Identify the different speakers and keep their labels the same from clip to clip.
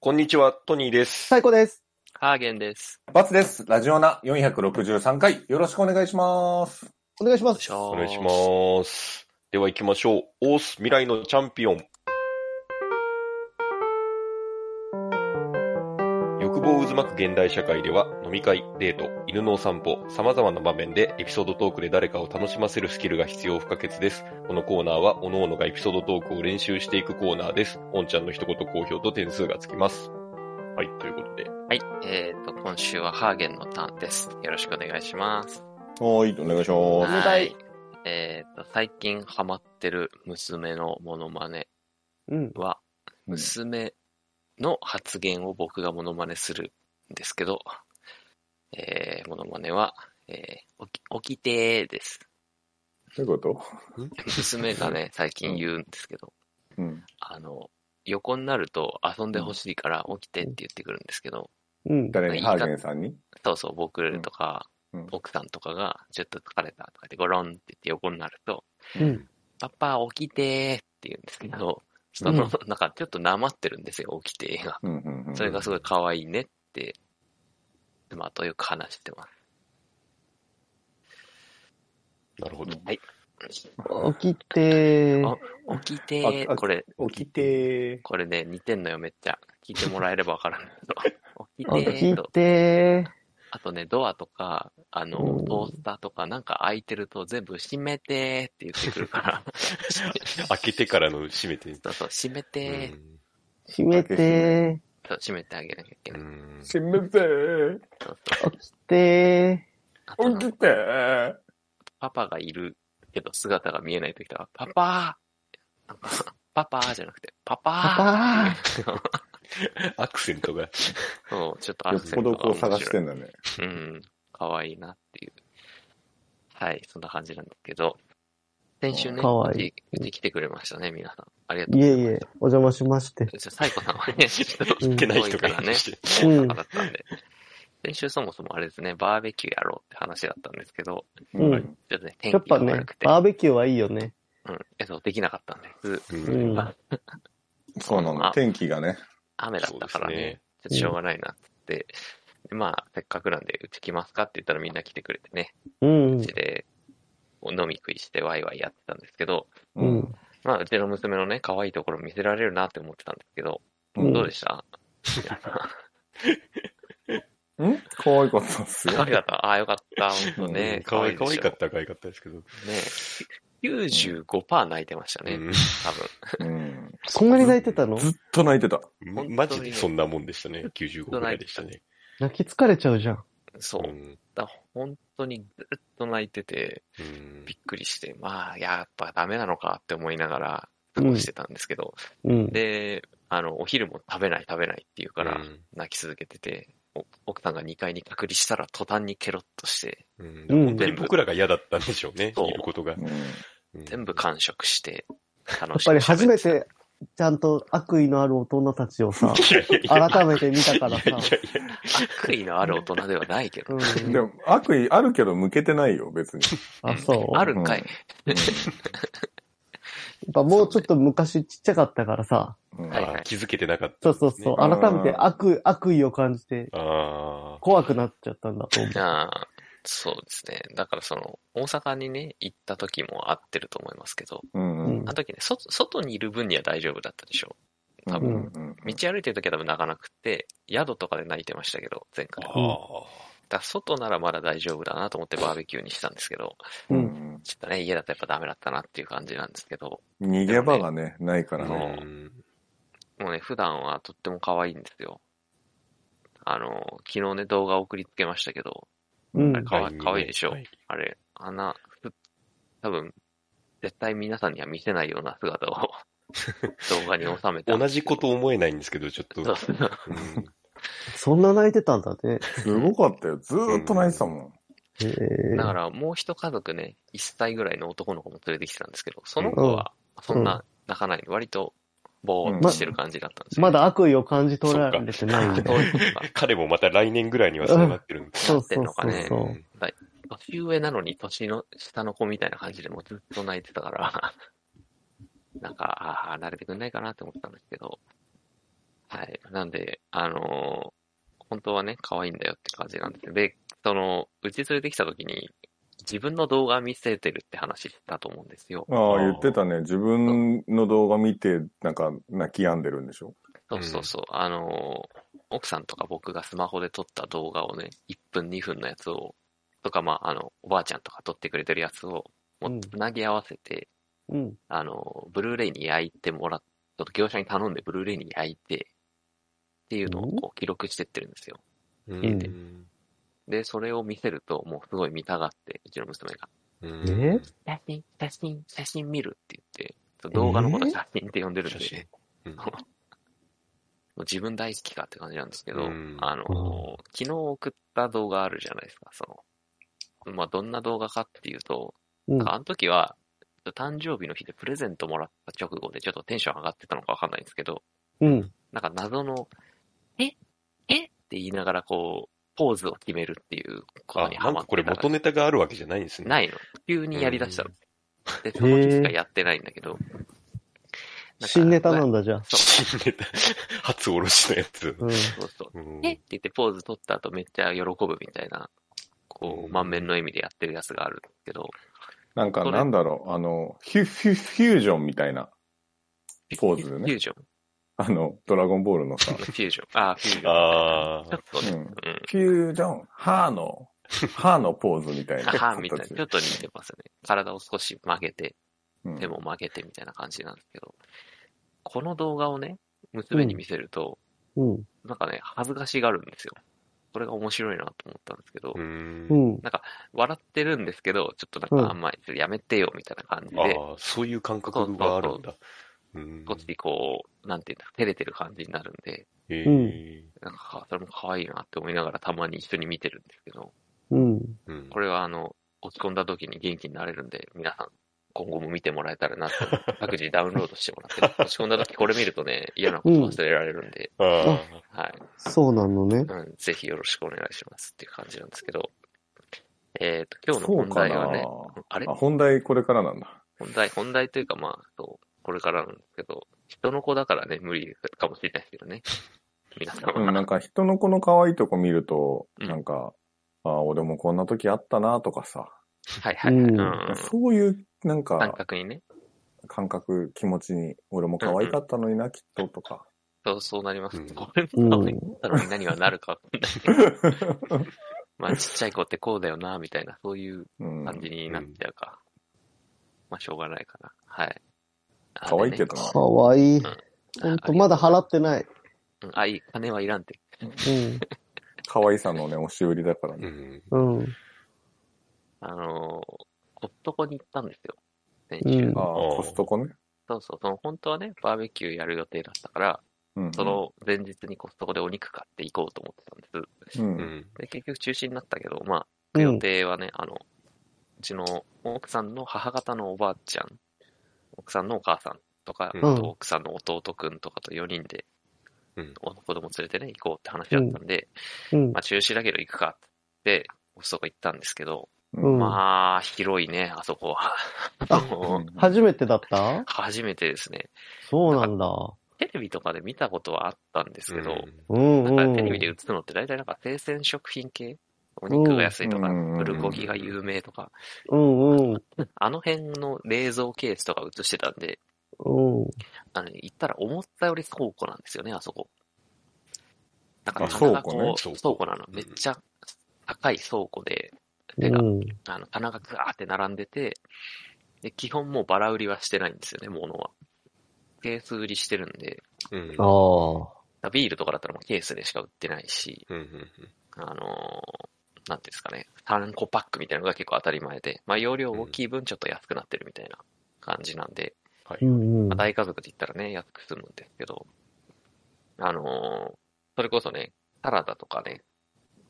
Speaker 1: こんにちは、トニーです。
Speaker 2: 最高です。
Speaker 3: ハーゲンです。
Speaker 4: バツです。ラジオナ463回、よろしくお願いします。
Speaker 2: お願いしま
Speaker 3: お
Speaker 2: す。
Speaker 1: お願いし
Speaker 3: す。
Speaker 1: ます。では行きましょう。オース未来のチャンピオン。欲望渦巻く現代社会では、飲み会、デート、犬のお散歩、様々な場面でエピソードトークで誰かを楽しませるスキルが必要不可欠です。このコーナーは、各々がエピソードトークを練習していくコーナーです。おんちゃんの一言好評と点数がつきます。はい、ということで。
Speaker 3: はい。えっ、と、今週はハーゲンのターンです。よろしくお願いします。
Speaker 4: はい、お願いし
Speaker 2: お
Speaker 4: ま
Speaker 2: 願い
Speaker 3: はい。えっ、と、最近ハマってる娘のモノマネ
Speaker 2: うん。
Speaker 3: は、
Speaker 4: うん
Speaker 3: 娘の発言を僕がモノマネするんですけど、えー、モノマネは、えー、起き、起きてーです。
Speaker 4: す。どういうこと
Speaker 3: 娘がね、最近言うんですけど、
Speaker 4: うん。
Speaker 3: あの、横になると遊んでほしいから起きてって言ってくるんですけど、
Speaker 2: うん。
Speaker 4: 誰
Speaker 3: い
Speaker 4: に
Speaker 3: いか
Speaker 4: ハーゲンさんに
Speaker 3: そうそう、僕とか、
Speaker 4: うんうん
Speaker 3: 奥さんとかが、ちょっと疲れたとかで、ゴロンって言って横になると、
Speaker 2: うん。
Speaker 3: パパ、起きてーって言うんですけど、その、
Speaker 2: うん
Speaker 3: なんかちょっとなまってるんですよ、起きてーが。
Speaker 4: うんうんうん。
Speaker 3: それがすごい可愛いねって、妻とよく話してます。
Speaker 1: なるほど。
Speaker 3: はい。
Speaker 2: 起きて
Speaker 3: あ起きてー、
Speaker 4: ああ
Speaker 3: これ、
Speaker 4: 起きて
Speaker 3: これね、似てんのよ、めっちゃ。聞いてもらえればわからんけど。起きて
Speaker 2: 起
Speaker 3: ー
Speaker 2: き
Speaker 3: と、
Speaker 2: て
Speaker 3: あとね、ドアとか、あの、
Speaker 2: うん
Speaker 3: トースターとか、なんか開いてると全部閉めてーって言ってくるから、
Speaker 1: 開けてからの閉めて。
Speaker 3: そうそう、閉めてー
Speaker 1: うん
Speaker 2: 閉めて
Speaker 3: そう、閉めてあげなきゃいけ
Speaker 1: う
Speaker 3: ない。
Speaker 1: ん
Speaker 4: ー。しめてー。
Speaker 3: そうそう
Speaker 2: 起きて
Speaker 3: あとなんか
Speaker 4: 起きてー。
Speaker 3: パパがいるけど姿が見えないときとか、パパーなんかパパーじゃなくて、パパ
Speaker 2: パ
Speaker 1: アクセントが。
Speaker 3: ーそう、ちょっとア
Speaker 4: よ
Speaker 3: ク
Speaker 4: っ
Speaker 3: セ
Speaker 4: ぽ
Speaker 3: ント
Speaker 4: ど
Speaker 3: が
Speaker 4: こう
Speaker 3: 面白い
Speaker 4: 探してんだね。
Speaker 3: うん、かわいいなっていう。はい、そんな感じなんですけど、先週ね、
Speaker 2: かわいいう
Speaker 3: ちうち来てくれましたね、皆さん。ありがと
Speaker 2: パ
Speaker 3: う
Speaker 2: いえ
Speaker 3: ござい
Speaker 2: い
Speaker 3: ます。
Speaker 2: え、お邪魔しまして。
Speaker 3: え。サイコさんはね、ちょっと
Speaker 2: うん
Speaker 1: 来てない人がい
Speaker 3: 多いから
Speaker 1: る
Speaker 3: ね
Speaker 1: として。
Speaker 2: うん
Speaker 3: だ。ったんで、先週そもそもあれですね、バーベキューやろうって話だったんですけど、
Speaker 2: うん
Speaker 4: はい
Speaker 3: ちょっとね、天
Speaker 2: やっ
Speaker 3: 気
Speaker 2: ぱ
Speaker 3: が
Speaker 2: ね
Speaker 3: 悪く、て、
Speaker 2: バーベキューはいいよね。
Speaker 3: うん、えそう、できなかったんです。
Speaker 2: う
Speaker 1: うん
Speaker 2: ん。
Speaker 4: そうなの
Speaker 3: あ。
Speaker 4: 天気がね。
Speaker 3: 雨だったからね、
Speaker 2: う
Speaker 3: ちょっ
Speaker 2: ですね
Speaker 3: としょうがないなってって、でまあ、せっかくなんで、うち来ますかって言ったらみんな来てくれてね、
Speaker 2: うん
Speaker 3: うち。で、飲み食いしてワイワイやってたんですけど、
Speaker 2: う。ん。
Speaker 3: まあ、うちの娘のね、可愛いところ見せられるなって思ってたんですけど、
Speaker 2: うん
Speaker 3: どうでした
Speaker 4: ん可愛かったっす
Speaker 3: 可愛。
Speaker 4: よ
Speaker 3: かった。ああ、よかった。本当
Speaker 4: う
Speaker 3: ね
Speaker 4: ん。
Speaker 1: かわいい、かわいか
Speaker 3: た。
Speaker 1: った、かわいかったですけど。
Speaker 3: ね95%泣いてましたね、
Speaker 1: うん
Speaker 3: 多分。
Speaker 4: うん。
Speaker 2: そんなに泣いてたの
Speaker 4: ずっと泣いてた。
Speaker 3: 本当に
Speaker 1: マジでそんなもんでしたね。95ぐらいでしたね。
Speaker 2: 泣き疲れちゃうじゃん。
Speaker 3: そう。
Speaker 1: ん
Speaker 3: だ本当にずっと泣いてて、
Speaker 1: うん
Speaker 3: びっくりして、まあ、やっぱダメなのかって思いながら過ごしてたんですけど、
Speaker 2: うん。
Speaker 3: で、あの、お昼も食べない食べないって言うから
Speaker 1: うん、
Speaker 3: 泣き続けてて、お奥さんが2階に隔離したら途端にケロッとして、
Speaker 1: うん
Speaker 2: うん
Speaker 1: 本当に僕らが嫌だったんでしょうね。
Speaker 3: そう
Speaker 1: いることが
Speaker 4: う。ん。
Speaker 1: うん
Speaker 3: 全部完食して、
Speaker 2: や
Speaker 3: 楽
Speaker 2: っぱり初め、
Speaker 3: 喋って
Speaker 2: ちゃんと悪意のある大人たちをさ、
Speaker 1: いやいやいや
Speaker 2: 改めて見たから
Speaker 1: いやいやい
Speaker 2: さ。
Speaker 1: や
Speaker 3: た悪意のある大人ではないけ
Speaker 2: う
Speaker 3: ど、
Speaker 2: ん。
Speaker 4: でも、悪意あるけど向けてないよ、別に。
Speaker 2: あ、そう。
Speaker 3: あ
Speaker 2: や
Speaker 3: るんかい。
Speaker 4: うん
Speaker 2: っぱもうちょっと昔ちっちゃかったからさ。
Speaker 4: うん
Speaker 3: はい
Speaker 1: あー気づけてなかった
Speaker 2: そ
Speaker 1: ん
Speaker 2: う
Speaker 1: ですね。
Speaker 2: そうそう。改めて悪、悪意を感じて、
Speaker 1: ああ。
Speaker 2: 怖くなっちゃったんだと思う。
Speaker 3: ああ、そうですね。だからその、大阪にね、行った時も合ってると思いますけど、
Speaker 4: うん
Speaker 2: うん
Speaker 3: あの時ね、そ外にいる分には大丈夫だったでしょう。多
Speaker 4: う
Speaker 3: 分、
Speaker 4: んうん
Speaker 3: 道歩いてる時は多分泣かなくって、宿とかで泣いてましたけど、前回。
Speaker 1: あ
Speaker 3: だ
Speaker 1: あ
Speaker 3: か。ら外ならまだ大丈夫だなと思ってバーベキューにしたんですけど、
Speaker 4: う
Speaker 2: うん
Speaker 4: ん
Speaker 3: ちょっとね、家だとやっぱダメだったなっていう感じなんですけど、
Speaker 4: 逃げ場がね、ないから
Speaker 3: う
Speaker 4: ね。
Speaker 1: うん
Speaker 3: もうね、普段はとっても可愛いんですよ。あの、昨日ね、動画送りつけましたけど、
Speaker 2: うん
Speaker 3: あれ。かわ
Speaker 1: はい
Speaker 3: かわいいでしょ
Speaker 1: はい
Speaker 3: あれ、あんな、ふ多分、絶対皆さんには見せないような姿を動画に収めた。
Speaker 1: 同じこと思えないんですけど、ちょっと。
Speaker 3: そうそう
Speaker 1: うん
Speaker 2: そんな泣いてたんだね。
Speaker 4: すごかったよ。ずーっと泣いてたもん。
Speaker 2: へえ
Speaker 3: だからもう一家族ね、1歳ぐらいの男の子も連れてきてたんですけど、その子はそんな泣かないで、割とぼーっとしてる感じだったんですよ。
Speaker 2: まだ悪意を感じ取られてないんだ
Speaker 3: どう
Speaker 2: よ。
Speaker 3: いうことか
Speaker 1: 彼もまた来年ぐらいにはそうなってるんです。
Speaker 2: そうそう
Speaker 3: な
Speaker 2: そ
Speaker 3: ん
Speaker 2: う
Speaker 3: てんのかね
Speaker 2: そう。
Speaker 3: 年上なのに年の下の子みたいな感じでもうずっと泣いてた から、なんか、ああ、慣れてくんないかなって思ってたんですけど、はい。なんで、あのー本当はね、可愛いんだよって感じなんですよで、その、うち連れてきた時に、自分の動画見せてるって話だと思うんですよ。
Speaker 4: ああ、言ってたね。自分の動画見て、なんか、泣き止んでるんでしょ。
Speaker 3: そうそうそう。あのー奥さんとか僕がスマホで撮った動画をね、1分2分のやつを、とか、まあ、あの、おばあちゃんとか撮ってくれてるやつを、
Speaker 2: う
Speaker 3: もうんつなぎ合わせて、
Speaker 2: うん。
Speaker 3: あの、ブルーレイに焼いてもらっ、ちょっと業者に頼んでブルーレイに焼いて、っていうのをこう記録してってるんですよ。
Speaker 1: うん
Speaker 2: えて
Speaker 3: で、それを見せると、もうすごい見たがって、うちの娘が、
Speaker 1: うん
Speaker 2: え
Speaker 3: 写真、写真、写真見るって言って、そう動画のこと写真って呼んでるん
Speaker 1: 写
Speaker 3: で、
Speaker 1: 真。うん
Speaker 3: もう自分大好きかって感じなんですけど、
Speaker 1: うん
Speaker 3: あの、
Speaker 2: う
Speaker 3: 昨日送った動画あるじゃないですか、その、まあ、どんな動画かっていうと、
Speaker 2: うん。
Speaker 3: あの時は、誕生日の日でプレゼントもらった直後でちょっとテンション上がってたのかわかんないんですけど、
Speaker 2: うん。
Speaker 3: なんか謎の、ええって言いながらこう、ポーズを決めるっていうこと
Speaker 1: あ、
Speaker 3: に
Speaker 1: な
Speaker 3: ハ
Speaker 1: ん
Speaker 3: マ
Speaker 1: か
Speaker 3: って
Speaker 1: これ元ネタがあるわけじゃないんですね。。
Speaker 3: ないいの。急にやり出したの。で、その日しかやってないんだけど。
Speaker 2: 新ネタなん
Speaker 3: だ。
Speaker 2: だ、じゃあ。
Speaker 3: そう
Speaker 1: 新ネタ。 初おろしのやつ。
Speaker 2: うん。
Speaker 3: そうそう。
Speaker 1: うん
Speaker 3: えって言ってポーズ取った後めっちゃ喜ぶみたいな、こ
Speaker 1: うん
Speaker 3: う、満面の笑みでやってるやつがあるけど、
Speaker 4: なんか、
Speaker 3: それ
Speaker 4: なんだろう、あの、フュフュフュージョンみたいな、ポーズね
Speaker 3: フュージョン
Speaker 4: あの、ドラゴンボールのさ、
Speaker 3: フュージョン。あー、フュージョン。
Speaker 1: あ
Speaker 3: ち
Speaker 1: ー
Speaker 3: ょっとね、
Speaker 4: うん
Speaker 3: うん。
Speaker 4: フュージョン、ハーの、ハーのポーズみた いな。
Speaker 3: 母みたいな、ちょ
Speaker 4: 形
Speaker 3: っと似てますね。体を少し曲げて、
Speaker 4: うん
Speaker 3: 手も曲げてみたいな感じなんですけど、この動画をね、娘に見せると、
Speaker 2: うん。
Speaker 3: なんかね、恥ずかしがるんですよ。これが面白いなと思ったんですけど、
Speaker 1: うん
Speaker 2: うん。
Speaker 3: 笑ってるんですけど、ちょっとなんかあんまりやめてよみたいな感じ
Speaker 1: あ
Speaker 3: で、
Speaker 1: あ、そういう感覚があるんだ。うん
Speaker 3: こっちこう、なんていうんだ、照れてる感じになるんで、
Speaker 1: へ
Speaker 2: う
Speaker 1: ー
Speaker 3: なんか、それも可愛いなって思いながらたまに一緒に見てるんですけど、
Speaker 2: うん。
Speaker 1: うん
Speaker 3: これはあの、落ち込んだ時に元気になれるんで、皆さん、今後も見てもらえたらなと思って、各自ダウンロードしてもらって、落ち込んだ時これ見るとね、嫌なこと忘れられるんで、
Speaker 1: あ
Speaker 3: はい、
Speaker 2: そうなのね。
Speaker 3: うん、ぜひよろしくお願いしますっていう感じなんですけど、えっ、と、今日の本題はね、
Speaker 4: そうか
Speaker 3: あれ
Speaker 4: なあ、本題これからなんだ。
Speaker 3: 本題、本題というかまあ、そう、これからなんですけど、人の子だからね、無理かもしれないですけどね。 皆さん
Speaker 4: うん、な
Speaker 3: は。
Speaker 4: んか人の子の可愛いとこ見ると、
Speaker 3: うん
Speaker 4: なんか、ああ、俺もこんな時あったなとかさ、
Speaker 3: はいはいはい。う
Speaker 2: うんん。
Speaker 4: そういう、なん
Speaker 3: 感
Speaker 4: か、
Speaker 3: 覚にね。
Speaker 4: 感覚、気持ちに、俺も可愛かったのにな、きっと、とか。
Speaker 3: そう、そうなります。
Speaker 1: うん
Speaker 3: これ
Speaker 2: う
Speaker 3: も可愛
Speaker 2: ん。
Speaker 3: たのに何はなるかわかんないけど。まあ、ちっちゃい子ってこうだよな、みたいな、そういう
Speaker 4: うん。
Speaker 3: 感じになっちゃうか。まあ、しょうがないかな。はい。
Speaker 4: 可愛いけどな。
Speaker 2: かわいい。ほ
Speaker 3: 本
Speaker 2: んと、まだ
Speaker 3: 払
Speaker 2: 払ってない。
Speaker 3: あ、いい。金はいらんって。
Speaker 4: 可愛さのね、押し売りだから
Speaker 1: う
Speaker 4: ね。
Speaker 1: ん。
Speaker 2: うん。うん。
Speaker 3: あのー、コストコに行ったんですよ。先週。
Speaker 2: うん
Speaker 4: ああ、
Speaker 1: うん
Speaker 4: コストコね。
Speaker 3: そうそう。その、本当はね、バーベキューやる予定だったから、
Speaker 4: うん。
Speaker 3: そ、の前日にコストコでお肉買っていこうと思ってたんで
Speaker 4: う。
Speaker 1: うんん。
Speaker 3: す。で、結局中止になったけど、まあ、
Speaker 2: う
Speaker 3: 予
Speaker 2: ん。
Speaker 3: 定はね、あの、うちの奥さんの母方のおばあちゃん、奥さんのお母さんとか、
Speaker 1: うん
Speaker 3: あと奥さんの弟くんとかと4人で、
Speaker 1: うん
Speaker 3: お子供連れてね、行こうって話だったんで、
Speaker 2: うん
Speaker 3: まあ中止だけど行くかって、コストコ行ったんですけど、
Speaker 2: うん
Speaker 3: まあ、広いね、あそこは。あの
Speaker 2: 初めてだった
Speaker 3: 初めてですね。
Speaker 2: そうなんだ。
Speaker 3: テレビとかで見たことはあったんですけど、
Speaker 2: うん
Speaker 3: なん
Speaker 2: う
Speaker 3: か
Speaker 2: ん。
Speaker 3: テレビで映すのって大体なんか生鮮食品系お肉が安いとか、
Speaker 4: うん
Speaker 3: プルコギが有名とか、
Speaker 2: うんうん。
Speaker 3: あの辺の冷蔵ケースとか映してたんで、
Speaker 2: うん。
Speaker 3: あの、行ったら思ったより倉庫なんですよね、あそこ。なんか
Speaker 4: あ
Speaker 3: 棚がこう、
Speaker 4: 倉庫ね
Speaker 1: 倉庫
Speaker 3: 倉庫なの。
Speaker 1: うん
Speaker 3: めっちゃ高い倉庫で、
Speaker 2: う
Speaker 3: 手が、
Speaker 2: ん。
Speaker 3: あの、棚がぐわーって並んでて、で、基本もうバラ売りはしてないんですよね、物は。ケース売りしてるんで、
Speaker 1: うん。
Speaker 2: ああ。
Speaker 3: ビールとかだったらもうケースでしか売ってないし、
Speaker 1: うんうん
Speaker 3: あのーなんていうんですかね、3個パックみたいなのが結構当たり前で、まあ容量大きい分ちょっと安くなってるみたいな感じなんで、
Speaker 2: うんうん
Speaker 3: まあ。大家族で言ったらね、安く済むんですけど、あのーそれこそね、サラダとかね、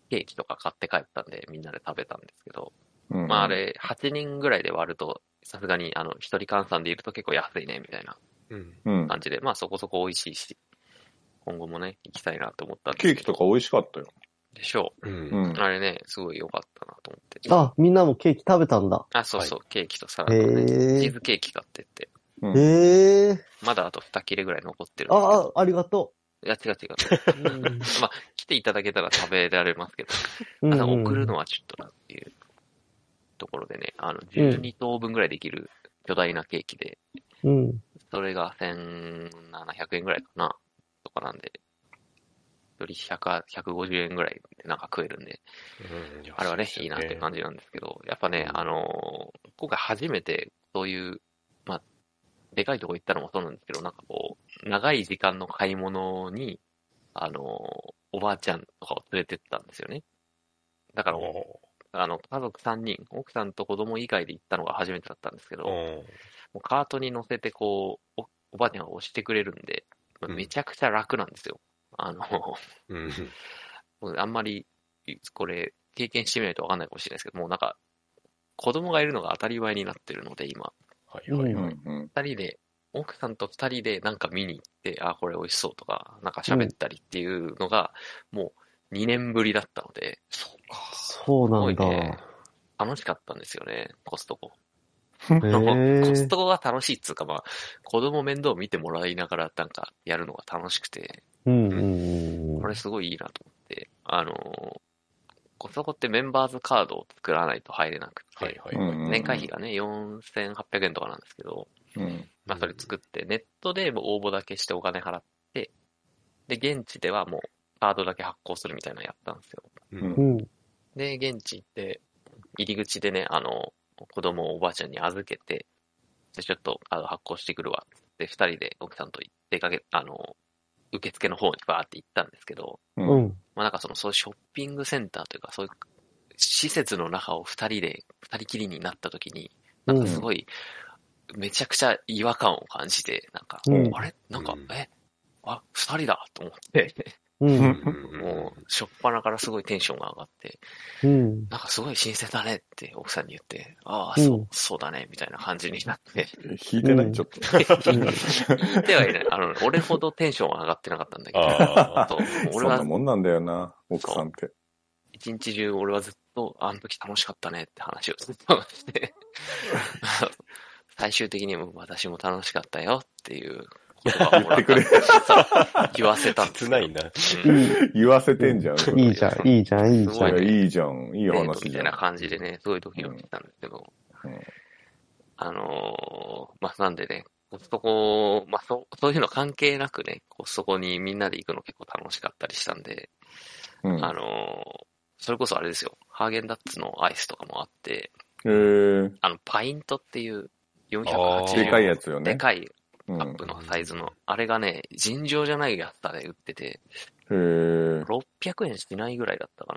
Speaker 3: ケーキとか買って帰ったんでみんなで食べたんですけど、
Speaker 4: うん
Speaker 3: まああ、れ8人ぐらいで割ると、さすがにあの1人換算でいると結構安いねみたいな
Speaker 1: うん。
Speaker 4: うん。
Speaker 3: 感じで、まあそこそこ美味しいし、今後もね、行きたいなと思ったんです
Speaker 4: ケ
Speaker 3: け
Speaker 4: ー
Speaker 3: ど。
Speaker 4: キとか美味しかったよ。
Speaker 3: でしょ
Speaker 1: う。
Speaker 4: うんん
Speaker 3: う。。あれね、すごい良かったなと思って。
Speaker 2: あ、みんなもケーキ食べたんだ。
Speaker 3: あ、そうそう、ケーキとサラ
Speaker 2: へ
Speaker 3: ダね、チ
Speaker 2: え
Speaker 3: ー。ズケーキ買ってって、
Speaker 4: うん
Speaker 2: へえ。
Speaker 3: まだあと2切れぐらい残ってるんですけ
Speaker 2: あ
Speaker 3: ど
Speaker 2: あ、ありがと
Speaker 3: いや、違 う違う。まあ、来ていただけたら食べられますけど、
Speaker 2: うん
Speaker 3: ただ送るのはちょっとなっていうところでね、あの、12等分ぐらいできる巨大なケーキで、
Speaker 2: うん。
Speaker 3: それが1700円ぐらいかな、とかなんで、一人100 150円ぐらいでなんか食えるんで、
Speaker 1: うん
Speaker 3: あれはね、いいなって感じなんですけど、やっぱね、あのー今回初めて、そういう、まあ、でかいとこ行ったのもそうなんですけど、なんかこう、長い時間の買い物に、あのーおばあちゃんとかを連れてったんですよね。だから、
Speaker 1: お
Speaker 3: あの、家族3人、奥さんと子供以外で行ったのが初めてだったんですけど、
Speaker 1: ーうん
Speaker 3: もうカートに乗せて、こうお、おばあちゃんが押してくれるんで、まあ
Speaker 1: うん
Speaker 3: めちゃくちゃ楽なんですよ。あの、
Speaker 1: うん。
Speaker 3: もうあんまり、これ、経験してみないとわかんないかもしれないですけど、もうなんか、子供がいるのが当たり前になってるので、今。
Speaker 1: はいはい。
Speaker 4: うん
Speaker 1: は
Speaker 4: う
Speaker 1: い
Speaker 4: ん。
Speaker 3: 二人で、奥さんと二人でなんか見に行って、あ、これ美味しそうとか、なんか喋ったりっていうのが、もう2年ぶりだったので、そうか。
Speaker 2: そうなんだ。
Speaker 3: すごい
Speaker 2: へ
Speaker 3: ね楽しかったんですよね、コストコ。コス
Speaker 2: ー
Speaker 3: トコが楽しいっつうか、まあ、子供面倒見てもらいながらなんかやるのが楽しくて、
Speaker 2: うんうんうん。
Speaker 3: これすごいいいなと思って、あのーコストコってメンバーズカードを作らないと入れなくて、
Speaker 1: はいはい。
Speaker 4: うんうんうん
Speaker 3: 年会費がね、4800円とかなんですけど、
Speaker 4: うん。
Speaker 3: まあそれ作って、ネットでもう応募だけしてお金払って、で、現地ではもうカードだけ発行するみたいなのやったんですよ。
Speaker 1: うん
Speaker 2: うん。
Speaker 3: で、現地行って、入り口でね、あの、子供をおばあちゃんに預けて、で、ちょっとカード発行してくるわ。で、二人で奥さんと出かけ、あの、受付の方にバーって行ったんですけど、
Speaker 4: う。
Speaker 2: うんん。
Speaker 3: まあなんかその、そういうショッピングセンターというか、そういう施設の中を二人で、二人きりになった時に、なんかすごい、めちゃくちゃ違和感を感じて、なんか、
Speaker 2: うん
Speaker 3: あれなんか、
Speaker 1: うん
Speaker 3: えあ、二人だと思って、
Speaker 2: うん。
Speaker 3: もう、しょっぱなからすごいテンションが上がって、
Speaker 2: うん。
Speaker 3: なんかすごい新鮮だねって奥さんに言って、ああ、
Speaker 2: うん
Speaker 3: そう、そうだね、みたいな感じにな って、
Speaker 4: 引いてないちょっと。
Speaker 3: 言ってはいない。あの、俺ほどテンションは上がってなかったんだけど、
Speaker 1: あ
Speaker 3: そう
Speaker 4: そ
Speaker 3: 俺
Speaker 4: ん
Speaker 3: は
Speaker 4: なもんなんだよな、奥さんって。
Speaker 3: 一日中俺はずっと、あの時楽しかったねって話をずっとして、最終的にも私も楽しかったよっていう言葉をもらった
Speaker 4: 言って
Speaker 3: そう言わせた
Speaker 1: あ。
Speaker 3: んです
Speaker 1: 切
Speaker 3: よ
Speaker 1: ないな。
Speaker 3: うん
Speaker 4: 言わせてんじゃん。それ
Speaker 2: いいじゃん、いいじゃん、いい
Speaker 3: す
Speaker 2: じ
Speaker 4: そ
Speaker 3: ご
Speaker 2: ゃん。
Speaker 3: ね
Speaker 4: れいいじゃん。いい
Speaker 3: デート
Speaker 4: 話
Speaker 3: みた
Speaker 4: じゃ
Speaker 3: い
Speaker 4: ん
Speaker 3: な。感じでね、すごいドキドキしてたんですけど、
Speaker 4: うん
Speaker 3: あのーまあ、なんでね、コストコ、まあ、そそういうの関係なくね、コストコにみんなで行くの結構楽しかったりしたんで、
Speaker 4: うん
Speaker 3: あのーそれこそあれですよ、ハーゲンダッツのアイスとかもあって、
Speaker 4: えー、
Speaker 3: あの、パイントっていう
Speaker 1: あー
Speaker 3: 480円。
Speaker 4: でかいやつよね。
Speaker 3: でかい
Speaker 4: うん
Speaker 3: カップのサイズの、あれがね、尋常じゃないやつだね、売ってて、
Speaker 4: へー
Speaker 3: 600円しないぐらいだったか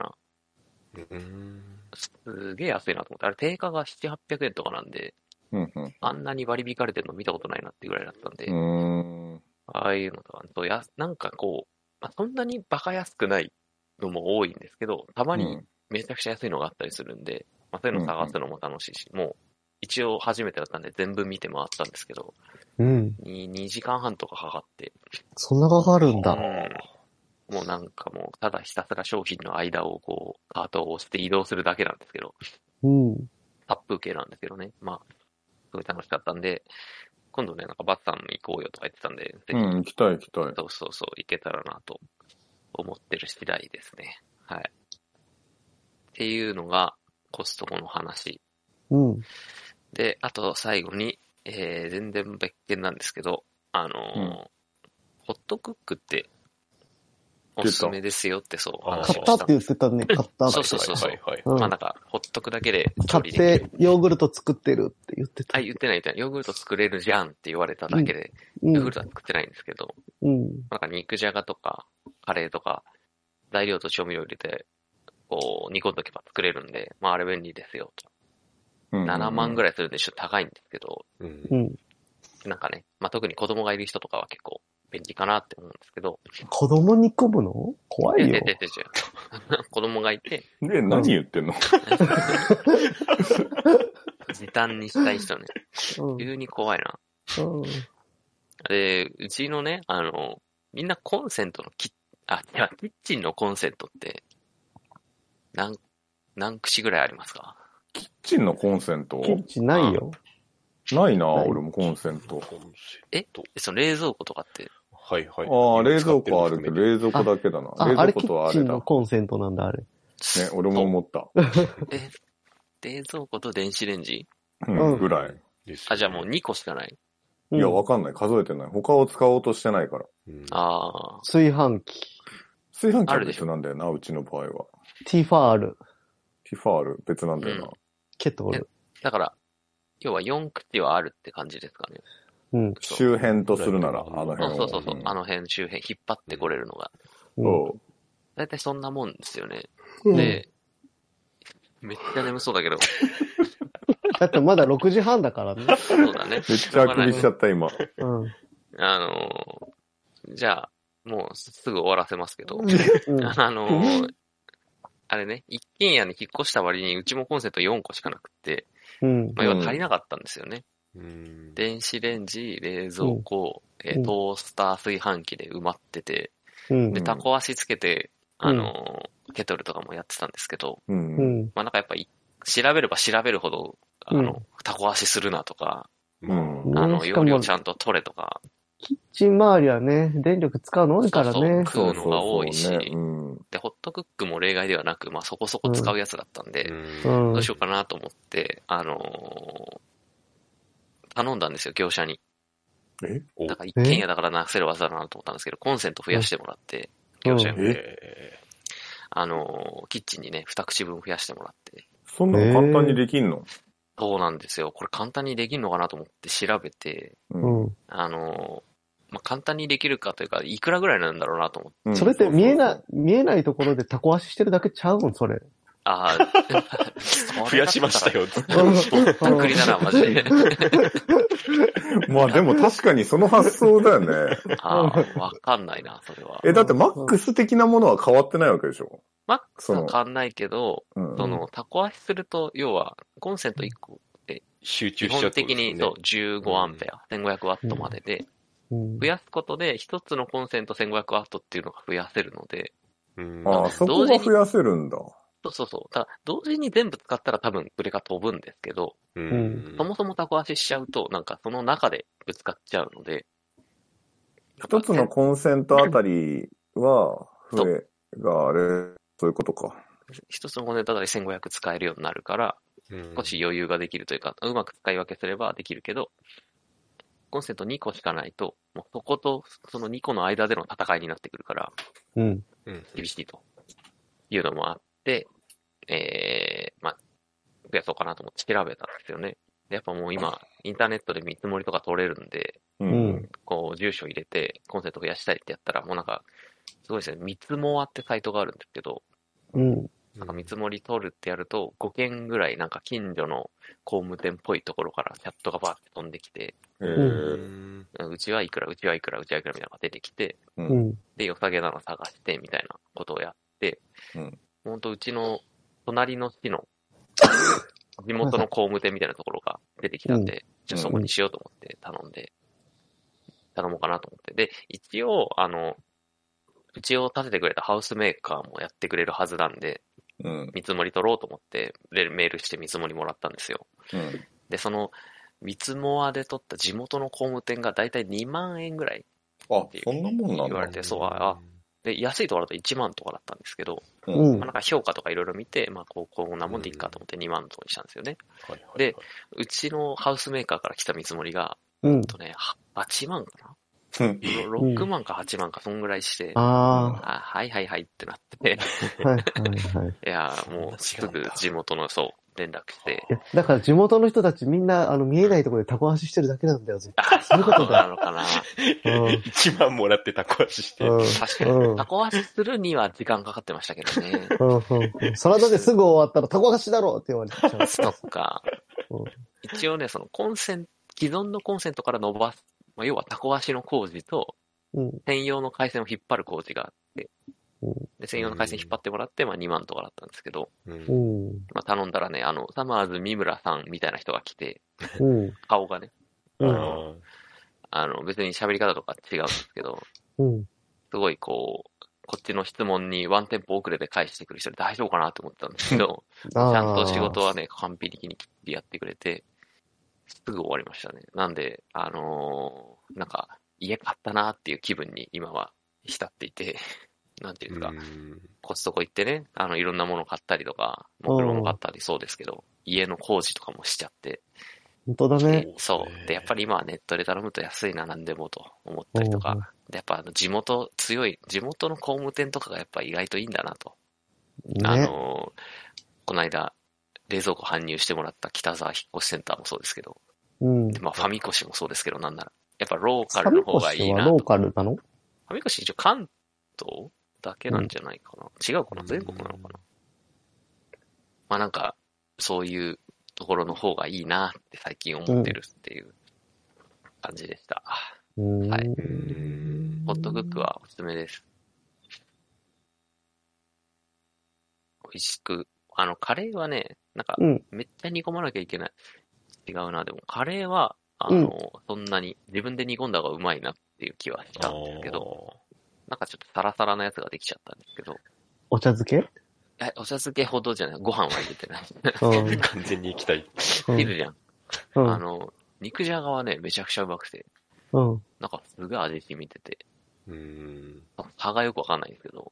Speaker 3: な。
Speaker 1: うん
Speaker 3: すげえ安いなと思って、あれ定価が7、800円とかなんで、
Speaker 4: うんうん
Speaker 3: あんなに割り引かれてるの見たことないなってぐらいだったんで、
Speaker 4: う
Speaker 3: ああいうのとか、そうやなんかこう、まあ、そんなにバカ安くないのも多いんですけど、たま
Speaker 4: ーん。
Speaker 3: にめちゃくちゃ安いのがあったりするんで、まあ、そういうの探すのも楽しいし、もう一応初めてだったんで全部見て回ったんですけど、
Speaker 2: うん。
Speaker 3: に2時間半とかかかって、
Speaker 2: そんなかかるん
Speaker 3: う
Speaker 2: だ。
Speaker 3: んもうなんかもう、ただひたすら商品の間をこう、カートを押して移動するだけなんですけど、
Speaker 2: うん。
Speaker 3: タップ系なんですけどね。まあ、すごい楽しかったんで、今度ね、なんかバッサン行こうよとか言ってたんで、ぜ
Speaker 4: う
Speaker 3: ひ、
Speaker 4: ん、行きたい行きたい。
Speaker 3: そうそうそう、行けたらなと思ってる次第ですね。はい。っていうのが、コストコの話。
Speaker 2: うん。
Speaker 3: で、あと最後に、えー、全然別件なんですけど、あのー
Speaker 4: うん
Speaker 3: ホットクックって、おすすめですよってそう、話
Speaker 2: 買
Speaker 3: をし
Speaker 2: ったた
Speaker 3: ん
Speaker 2: っ
Speaker 3: で
Speaker 2: て
Speaker 3: す
Speaker 2: 言ってたね、買ったって
Speaker 3: そうそうそうそう
Speaker 1: はいはいはい。
Speaker 2: うん
Speaker 3: まあなんか、ほっとくだけで調
Speaker 2: 買
Speaker 3: 理
Speaker 2: っ
Speaker 3: できる。
Speaker 2: て、ヨーグルト作ってるって言って
Speaker 3: あ、
Speaker 2: た。
Speaker 3: 言ってない言ってない。ヨーグルト作れるじゃんって言われただけで、
Speaker 2: う
Speaker 3: ヨーグ
Speaker 2: ん
Speaker 3: ル。トは作ってないんですけど、
Speaker 2: うん。
Speaker 3: なんか肉じゃがとか、カレーとか、材料と調味料入れて、こう、煮込んどけば作れるんで、まああれ便利ですよと。7万ぐ
Speaker 4: ら
Speaker 3: ら
Speaker 4: い。
Speaker 3: いするんでちょっと高いんですけど、
Speaker 1: うん
Speaker 2: うん。
Speaker 3: なんかね、まあ特に子供がいる人とかは結構便利かなって思うんですけど、
Speaker 2: 子供煮込むの怖い
Speaker 3: で
Speaker 2: よ
Speaker 3: で。でで 子供がいて、
Speaker 4: で、何言ってんの
Speaker 3: 時短にしたい人ね、
Speaker 2: うん
Speaker 3: 急に怖いな。
Speaker 2: うん。
Speaker 3: で、うちのね、あの、みんなコンセントのキッ、あ、いや、キッチンのコンセントって、何、何口ぐらいありますか
Speaker 4: キッチンのコンセント
Speaker 2: キッチンないよ。
Speaker 4: ないな、
Speaker 2: ない
Speaker 4: 俺もコンセント。
Speaker 1: コンセント
Speaker 3: えその冷蔵庫とかって、
Speaker 1: あはいはい。
Speaker 4: ああ、
Speaker 1: 今
Speaker 4: 冷
Speaker 1: 使
Speaker 4: 蔵
Speaker 1: って
Speaker 4: 庫あ
Speaker 1: ん
Speaker 4: る
Speaker 1: で
Speaker 4: け
Speaker 1: す
Speaker 4: ど、
Speaker 1: ね
Speaker 4: 冷蔵庫だけだな。
Speaker 2: あ、
Speaker 4: 冷
Speaker 2: あ
Speaker 4: 蔵
Speaker 2: れ
Speaker 4: 庫
Speaker 2: キ
Speaker 4: と
Speaker 2: ッ
Speaker 4: あ
Speaker 2: チ
Speaker 4: れ
Speaker 2: ン
Speaker 4: だ。
Speaker 2: の
Speaker 4: ね、
Speaker 2: コンセントなんだ、あれ。
Speaker 4: 俺も思った。
Speaker 3: え、冷蔵庫と電子レンジ
Speaker 4: うん、ぐらい。
Speaker 1: です
Speaker 3: あ、じゃあもう2個しかない。
Speaker 2: うん
Speaker 4: いや、わかんない。数えてない。他を使おうとしてないから。
Speaker 1: うん
Speaker 3: ああ、
Speaker 2: 炊飯器。
Speaker 4: 炊飯器
Speaker 3: あ
Speaker 4: は
Speaker 3: るでしょ
Speaker 4: 別なんだよな、うちの場合は。
Speaker 2: ティファール。
Speaker 4: ティファール、別なんだよ
Speaker 3: う
Speaker 4: な。
Speaker 3: ん
Speaker 2: ケトル。
Speaker 3: だから、要は4口はあるって感じですかね。
Speaker 2: うん。
Speaker 4: 周辺とするなら、あの
Speaker 3: あ
Speaker 4: 辺を。
Speaker 3: そうそうそう、
Speaker 4: ん
Speaker 3: あの辺周辺引っ張ってこれるのが。
Speaker 2: うん
Speaker 4: そう
Speaker 3: だいたいそんなもんですよね。
Speaker 2: うん
Speaker 3: で、めっちゃ眠そうだけど、
Speaker 2: だってまだ6時半だからね。
Speaker 3: そうだね。
Speaker 4: めっちゃあくびしちゃった、今。
Speaker 2: うん。
Speaker 3: あのー、じゃあ、もうすぐ終わらせますけど、
Speaker 2: うん
Speaker 3: あのー、あれね、一軒家に引っ越した割にうちもコンセント4個しかなくて、
Speaker 2: うん。
Speaker 3: まあ、要は足りなかったんですよね。
Speaker 1: うん
Speaker 3: 電子レンジ、冷蔵庫、えートースター、炊飯器で埋まってて、
Speaker 2: うん
Speaker 3: で、
Speaker 4: うん
Speaker 3: タコ足つけて、
Speaker 2: うん
Speaker 3: あのー、ケトルとかもやってたんですけど、
Speaker 4: う。
Speaker 2: うんん。
Speaker 3: まあなんかやっぱり、調べれば調べるほど、あ
Speaker 2: う
Speaker 3: の、タコ足するなとか、
Speaker 4: う
Speaker 1: ま
Speaker 4: ん。
Speaker 2: うん
Speaker 3: あの、
Speaker 2: し
Speaker 3: 容
Speaker 2: かも
Speaker 3: 量ちゃんと取れとか、
Speaker 2: チン周りはね、電力使うの多いからね。
Speaker 3: 食うのが多いし
Speaker 4: そうそうそうねうん。
Speaker 3: で、ホットクックも例外ではなく、まあそこそこ使うやつだったんで、
Speaker 2: うん
Speaker 3: どうしようかなと思って、あのー頼んだんですよ、業者に。
Speaker 4: え
Speaker 1: お
Speaker 3: だから一軒家だからなくせる技だなと思ったんですけど、コンセント増やしてもらって、
Speaker 2: うん
Speaker 3: 業者に、
Speaker 4: え
Speaker 1: え
Speaker 3: あのーキッチンにね、二口分増やしてもらって。
Speaker 4: そんなの簡単にできんの
Speaker 3: そうなんですよ。これ簡単にできるのかなと思って調べて、
Speaker 4: う
Speaker 2: うんん。
Speaker 3: あのーまあ、簡単にできるかというか、いくらぐらいなんだろうなと思って。
Speaker 4: うん
Speaker 2: それって見えない、見えないところでタコ足してるだけちゃうんそれ。
Speaker 3: ああ、
Speaker 1: ー 増やしました
Speaker 3: よ。
Speaker 1: よ。
Speaker 3: たっくりだな、マジで。
Speaker 4: まあでも確かにその発想だよね。
Speaker 3: ああ、わかんないな、それは。
Speaker 4: え、だってマックス的なものは変わってないわけでしょ
Speaker 3: マックスは変わんないけど、
Speaker 4: うん。
Speaker 3: その、タコ足すると、要は、コンセント1個、
Speaker 1: 集中
Speaker 3: 基
Speaker 1: しちゃ
Speaker 3: 本
Speaker 1: ってこと
Speaker 3: 的
Speaker 1: ですよ
Speaker 3: に、
Speaker 1: ね
Speaker 3: そう、15アンペア、1500ワットまでで、
Speaker 2: うん
Speaker 3: 増やすことで、一つのコンセント1500ワットっていうのが増やせるので、
Speaker 1: うん
Speaker 4: ああ、そこが増やせるんだ。
Speaker 3: そうそうそう。ただ、同時に全部使ったら多分、それが飛ぶんですけど、
Speaker 1: うん
Speaker 2: ん
Speaker 3: そもそもタコ足しちゃうと、なんかその中でぶつかっちゃうので、
Speaker 4: 一つのコンセントあたりは、増えがあれ、そういうことか。
Speaker 3: 一つのコンセントあたり1500使えるようになるから、
Speaker 1: うん
Speaker 3: 少し余裕ができるというか、うまく使い分けすればできるけど、コンセント2個しかないと、もうそことその2個の間での戦いになってくるから、
Speaker 2: うん。
Speaker 1: うん
Speaker 3: 厳しいというのもあって、えー、まあ、増やそうかなと思って調べたんですよね。でやっぱもう今、インターネットで見積もりとか取れるんで、
Speaker 4: う
Speaker 2: うん。
Speaker 3: こう、住所入れて、コンセント増やしたいってやったら、もうなんか、すごいですね。見積もあってサイトがあるんですけど、
Speaker 2: うん。
Speaker 3: なんか見積もり取るってやると、5件ぐらいなんか近所の工務店っぽいところからチャットがバーって飛んできて、
Speaker 4: え
Speaker 1: う
Speaker 4: ー
Speaker 1: ん
Speaker 3: うちはいくら、うちはいくら、うちはいくらみたいなのが出てきて、
Speaker 2: うん。
Speaker 3: で、良さげなの探してみたいなことをやって、
Speaker 4: うん
Speaker 3: ほんとうちの隣の市の、地元の工務店みたいなところが出てきたんで、じゃあそこにしようと思って頼んで、頼もうかなと思って。で、一応、あの、うちを建ててくれたハウスメーカーもやってくれるはずなんで、
Speaker 4: うん。うん。
Speaker 3: 見積もり取ろうと思って、でメールして見積もりもらったんですよ。で、その、見積もりで取った地元の工務店がだいたい2万円ぐらい。
Speaker 4: あ、そんなもんなん
Speaker 3: 言わ
Speaker 4: だ
Speaker 3: れ。て、そう、あ、で、安いところだと1万とかだったんですけど、
Speaker 2: う
Speaker 3: まあ、
Speaker 2: ん
Speaker 3: なんか評価とかいろいろ見て、まあ、こう、こんなもんでいいかと思って2万のとこにしたんですよね。
Speaker 1: はいはいはい
Speaker 3: で、うちのハウスメーカーから来た見積もりが、
Speaker 2: うん
Speaker 3: えっ。とね、は8万か
Speaker 4: うん
Speaker 3: な ?6 万か8万か、そんぐらいして、あ
Speaker 2: あ
Speaker 3: はいはいはいってな って、
Speaker 2: あ。はいはいはい。
Speaker 3: いやー、もうすぐ地元の、そう、連絡して、
Speaker 2: いやだから地元の人たちみんな、あの、見えないところでタコ足してるだけなんだよ、絶対。そういうこと
Speaker 3: な
Speaker 2: だ。
Speaker 3: のか
Speaker 2: う
Speaker 3: な
Speaker 2: ん。
Speaker 1: 1万もらってタコ足して。
Speaker 2: うん。
Speaker 3: 確か
Speaker 2: うん
Speaker 3: に、タコ足するには時間かかってましたけどね。
Speaker 2: うん。うん。そらだってすぐ終わったらタコ足だろって言われちゃう。
Speaker 3: そっか
Speaker 2: うん。
Speaker 3: 一応ね、そのコンセント、既存のコンセントから伸ばす、まあ、要はタコ足の工事と、
Speaker 2: うん。
Speaker 3: 専用の回線を引っ張る工事があって
Speaker 2: うん、
Speaker 3: で専用の回線引っ張ってもらって、まあ2万とかだったんですけど、
Speaker 1: うん
Speaker 2: う ん。
Speaker 3: まあ頼んだらね、あの、サマーズ三村さんみたいな人が来て、
Speaker 2: うん。
Speaker 3: 顔がね、
Speaker 2: う
Speaker 1: あ
Speaker 2: ん。
Speaker 1: ー
Speaker 3: あの、別に喋り方とか違うんですけど、
Speaker 2: うん。
Speaker 3: すごいこう、こっちの質問にワンテンポ遅れで返してくる人で大丈夫かなと思ったんですけど、
Speaker 2: ちゃ
Speaker 3: ちゃんと仕事はね、完璧にきっちりやってくれて、すぐ終わりましたね。なんで、あのーなんか、家買ったなっていう気分に今は浸っていて、 なんていうんですか、コストコ行ってね、あの、いろんなもの買ったりとか、もう車も買ったりそうですけど、家の工事とかもしちゃって、
Speaker 2: 本当だね。
Speaker 3: そう。で、やっぱり今はネットで頼むと安いな、なんでもと思ったりと
Speaker 2: うん
Speaker 3: か、でやっぱあの地元強い、地元の工務店とかがやっぱ意外といいんだなと。あ
Speaker 2: ね。
Speaker 3: のー、この間、冷蔵庫搬入してもらった北沢引っ越しセンターもそうですけど、
Speaker 2: うん。
Speaker 3: でまあファミコシもそうですけど、なんなら。やっぱロー
Speaker 2: サ
Speaker 3: カル
Speaker 2: ミ
Speaker 3: の方
Speaker 2: コ
Speaker 3: がい
Speaker 2: シ
Speaker 3: い
Speaker 2: は
Speaker 3: な
Speaker 2: ロ
Speaker 3: と。
Speaker 2: ー
Speaker 3: フ
Speaker 2: カルなの
Speaker 3: ァミコシ一応関東だけなんじゃないかな。違うかな全国なのかなまあなんか、そういうところの方がいいなって最近思ってるっていう感じでした。
Speaker 2: うーん。
Speaker 3: はい
Speaker 1: うん
Speaker 3: ホットクックはおすすめです。美味しく。あの、カレーはね、なんか
Speaker 2: うん、
Speaker 3: めっちゃ煮込まなきゃいけない。違うな、でも、カレーは、あの、
Speaker 2: うん
Speaker 3: そんなに自分で煮込んだ方がうまいなっていう気はしたんですけど、
Speaker 1: ど。
Speaker 3: なんかちょっとサラサラなやつができちゃったんですけど、
Speaker 2: お茶漬け
Speaker 3: え、お茶漬けほどじゃない、ご飯は入れてない。
Speaker 2: うん。
Speaker 1: 完全に行きたい。
Speaker 2: うん
Speaker 3: いるじゃん。
Speaker 2: う
Speaker 3: あ
Speaker 2: ん。
Speaker 3: の、肉じゃがはね、めちゃくちゃうまくて、
Speaker 2: うん。
Speaker 3: なんかすごい味染みてて、
Speaker 1: うん。
Speaker 3: 差がよくわかんないんですけど、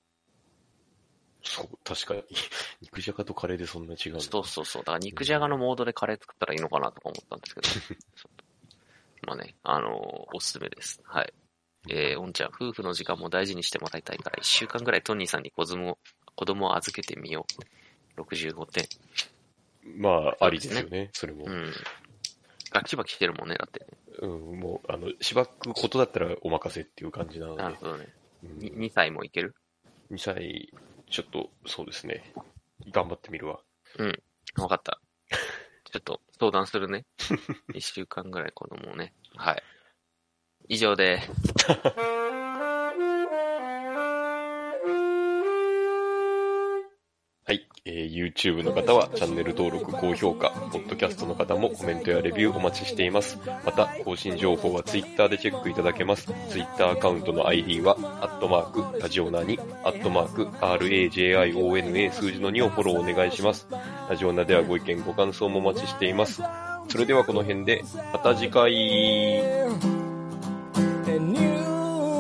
Speaker 1: そう、確かに。 肉じゃがとカレーでそんな違うの
Speaker 3: そうそうそう。だから肉じゃがのモードでカレー作ったらいいのかなとか思ったん ですけど。まあね、あのーおすすめです。はい。えー、おんちゃん、夫婦の時間も大事にしてもらいたいから、一週間ぐらいトニーさんに子供を、子供を預けてみよう。65点。
Speaker 1: まあ、ありですよね、それも
Speaker 3: う。ん。ガキバキしてるもんね、だって。
Speaker 1: うん、もう、あの、しばくことだったらお任せっていう感じなので
Speaker 3: なる。ほどね。
Speaker 1: うん
Speaker 3: に2歳もいける
Speaker 1: 2歳、ちょっと、そうですね。頑張ってみるわ。
Speaker 3: わかった。ちょっと相談す るね。一週間ぐらい子供をね。はい。以上です。
Speaker 1: はい、えー YouTube の方はチャンネル登録、高評価、Podcast の方もコメントやレビューお待ちしています。また、更新情報は Twitter でチェックいただけます。Twitter アカウントの ID は、アットマーク、ラジオナに、アットマーク、RAJIONA 数字の2をフォローお願いします。ラジオナではご意見、ご感想もお待ちしています。それではこの辺で、また次回。
Speaker 5: A new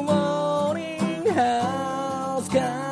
Speaker 5: morning has come